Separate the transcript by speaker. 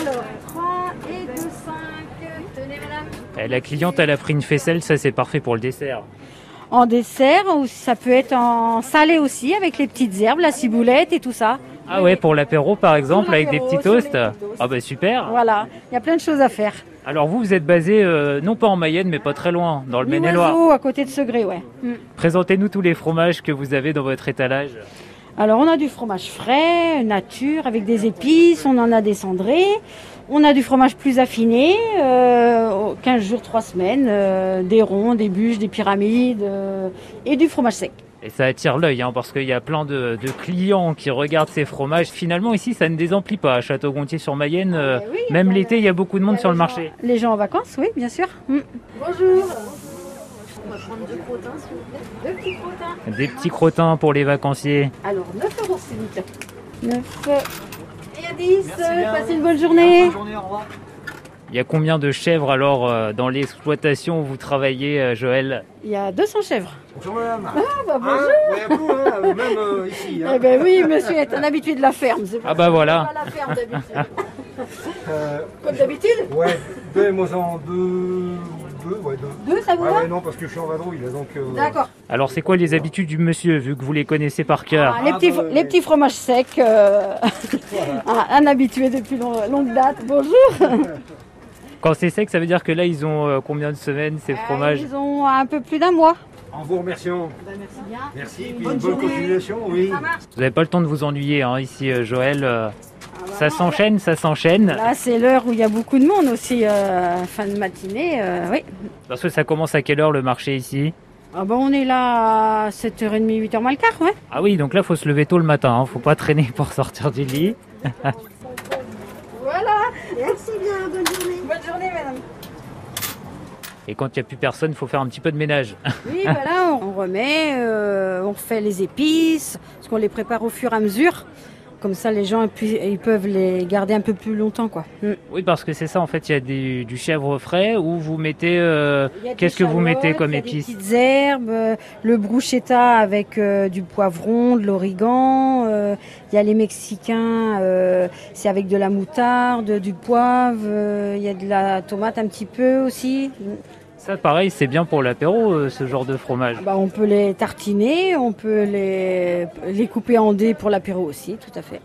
Speaker 1: Alors, 3 et 2, 5. Tenez, madame.
Speaker 2: Eh, La cliente, elle a pris une faisselle, ça c'est parfait pour le dessert.
Speaker 1: En dessert, ou ça peut être en salé aussi, avec les petites herbes, la ciboulette et tout ça.
Speaker 2: Ah ouais, pour l'apéro par exemple, avec des
Speaker 1: l'apéro,
Speaker 2: petits
Speaker 1: sur les
Speaker 2: toasts.
Speaker 1: petits toasts.
Speaker 2: Ah bah super.
Speaker 1: Voilà, il y a plein de choses à faire.
Speaker 2: Alors vous, vous êtes basé euh, non pas en Mayenne, mais pas très loin, dans le Maine-et-Loire.
Speaker 1: L'oiseau à côté de Segré, ouais. Mm.
Speaker 2: Présentez-nous tous les fromages que vous avez dans votre étalage.
Speaker 1: Alors, on a du fromage frais, nature, avec des épices, on en a des cendrés. On a du fromage plus affiné, euh, 15 jours, 3 semaines, euh, des ronds, des bûches, des pyramides, euh, et du fromage sec.
Speaker 2: Et ça attire l'œil, hein, parce qu'il y a plein de, de clients qui regardent ces fromages. Finalement, ici, ça ne désemplit pas. À Château-Gontier-sur-Mayenne, euh,
Speaker 1: ben oui, il y
Speaker 2: même
Speaker 1: a
Speaker 2: l'été, il y a beaucoup de monde sur le marché.
Speaker 1: Les gens en vacances, oui, bien sûr. Mm. Bonjour.
Speaker 2: Des petits crottins pour les vacanciers.
Speaker 1: Alors, 9 euros, s'il vous plaît. 9 et 10. Passez une bonne journée.
Speaker 2: Il y a combien de chèvres alors euh, dans l'exploitation où vous travaillez, euh, Joël
Speaker 1: Il y a 200 chèvres.
Speaker 3: Bonjour madame.
Speaker 1: Ah, bah,
Speaker 3: Hein,
Speaker 1: bonjour.
Speaker 3: ouais, vous, hein, même euh, ici. hein.
Speaker 1: Eh ben oui, monsieur est un habitué de la ferme. c'est pour
Speaker 2: Ah
Speaker 1: ça
Speaker 2: bah
Speaker 1: qu'on
Speaker 2: voilà.
Speaker 1: va à la ferme d'habitude.
Speaker 3: Euh,
Speaker 1: Comme d'habitude,
Speaker 3: ouais, deux, moi en deux, deux, ouais, deux.
Speaker 1: deux, ça vous
Speaker 3: Ouais,
Speaker 1: va
Speaker 3: ouais, non, parce que je suis en vadrouille, là, donc... euh,
Speaker 1: Ah, D'accord.
Speaker 2: Alors c'est quoi les habitudes du monsieur, vu que vous les connaissez par cœur
Speaker 1: Ah, les, petits,
Speaker 3: bah,
Speaker 1: les
Speaker 3: oui.
Speaker 1: petits fromages secs, euh, un, un habitué depuis long- longue date. Bonjour.
Speaker 2: Quand c'est sec, ça veut dire que là, ils ont euh, combien de semaines ces fromages
Speaker 1: Euh, Ils ont un peu plus d'un mois.
Speaker 3: En vous remerciant.
Speaker 1: Eh ben, merci bien.
Speaker 3: Merci, puis
Speaker 1: Bonne
Speaker 3: une bonne
Speaker 1: journée.
Speaker 3: continuation, oui.
Speaker 2: Vous n'avez pas le temps de vous ennuyer hein, ici, euh, Joël. euh,
Speaker 1: Ah,
Speaker 2: ça s'enchaîne, ça s'enchaîne.
Speaker 1: Là, c'est l'heure où il y a beaucoup de monde aussi, euh, fin de matinée. euh, oui.
Speaker 2: Parce que ça commence à quelle heure le marché ici
Speaker 1: Ah bah, on est là à 7h30, 8h moins le quart, ouais.
Speaker 2: Ah oui, donc là, faut se lever tôt le matin. Hein, faut pas traîner pour sortir du lit.
Speaker 1: Voilà.
Speaker 4: Merci bien, bonne journée.
Speaker 1: Bonne journée, madame.
Speaker 2: Et quand il n'y a plus personne, faut faire un petit peu de ménage.
Speaker 1: Oui, bah là, on on remet, euh, on fait les épices, parce qu'on les prépare au fur et à mesure. Comme ça, les gens pu- ils peuvent les garder un peu plus longtemps, quoi. Mm.
Speaker 2: oui, parce que c'est ça. En fait, il y a des- du chèvre frais où vous mettez. euh,
Speaker 1: Il y a des
Speaker 2: Qu'est-ce que vous
Speaker 1: salottes,
Speaker 2: mettez comme
Speaker 1: il y a des
Speaker 2: épices
Speaker 1: petites herbes, euh, le bruschetta avec euh, du poivron, de l'origan. euh, Il y a les Mexicains, euh, c'est avec de la moutarde, du poivre. euh, Il y a de la tomate un petit peu aussi.
Speaker 2: Ça, pareil, c'est bien pour l'apéro, euh, ce genre de fromage.
Speaker 1: Ah Bah, on peut les tartiner, on peut les, les couper en dés pour l'apéro aussi, tout à fait.